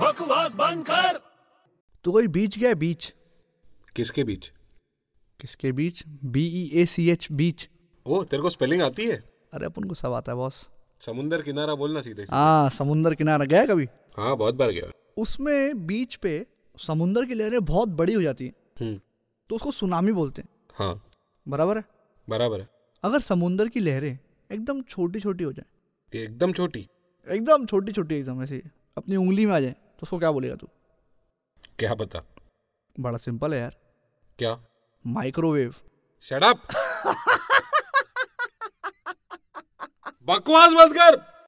बकवास बंद कर तो कोई बीच गया बीच किसके बीच किसके बीच E B E A C H beach ओ तेरे को स्पेलिंग आती है अरे अपन को सब आता है बॉस समुंदर किनारा बोलना सीधे से। हाँ समुंदर किनारा गया कभी हाँ बहुत बार गया उसमें बीच पे समुंदर की लहरें बहुत बड़ी हो जाती हैं हम्म तो उसको सुनामी बोलते हैं हाँ बराबर है बराबर है अगर समुंदर की लहरें एकदम छोटी छोटी हो जाए ये एकदम छोटी एकदम छोटी छोटी एकदम ऐसे अपनी उंगली में आ जाए तो उसको क्या बोलेगा तू क्या पता बड़ा सिंपल है यार क्या माइक्रोवेव शट अप बकवास मत कर